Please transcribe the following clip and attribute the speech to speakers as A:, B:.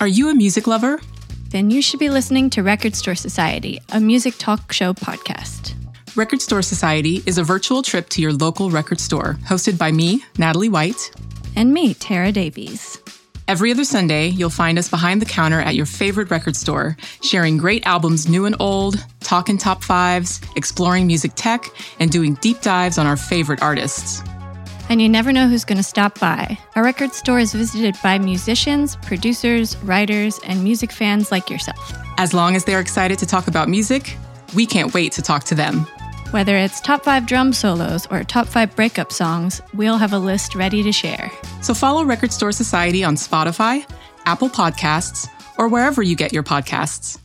A: Are you a music lover?
B: Then you should be listening to Record Store Society, a music talk show podcast.
A: Record Store Society is a virtual trip to your local record store, hosted by me, Natalie White.
B: And me, Tara Davies.
A: Every other Sunday, you'll find us behind the counter at your favorite record store, sharing great albums new and old, talking top fives, exploring music tech, and doing deep dives on our favorite artists.
B: And you never know who's going to stop by. Our record store is visited by musicians, producers, writers, and music fans like yourself.
A: As long as they're excited to talk about music, we can't wait to talk to them.
B: Whether it's top five drum solos or top five breakup songs, we'll have a list ready to share.
A: So follow Record Store Society on Spotify, Apple Podcasts, or wherever you get your podcasts.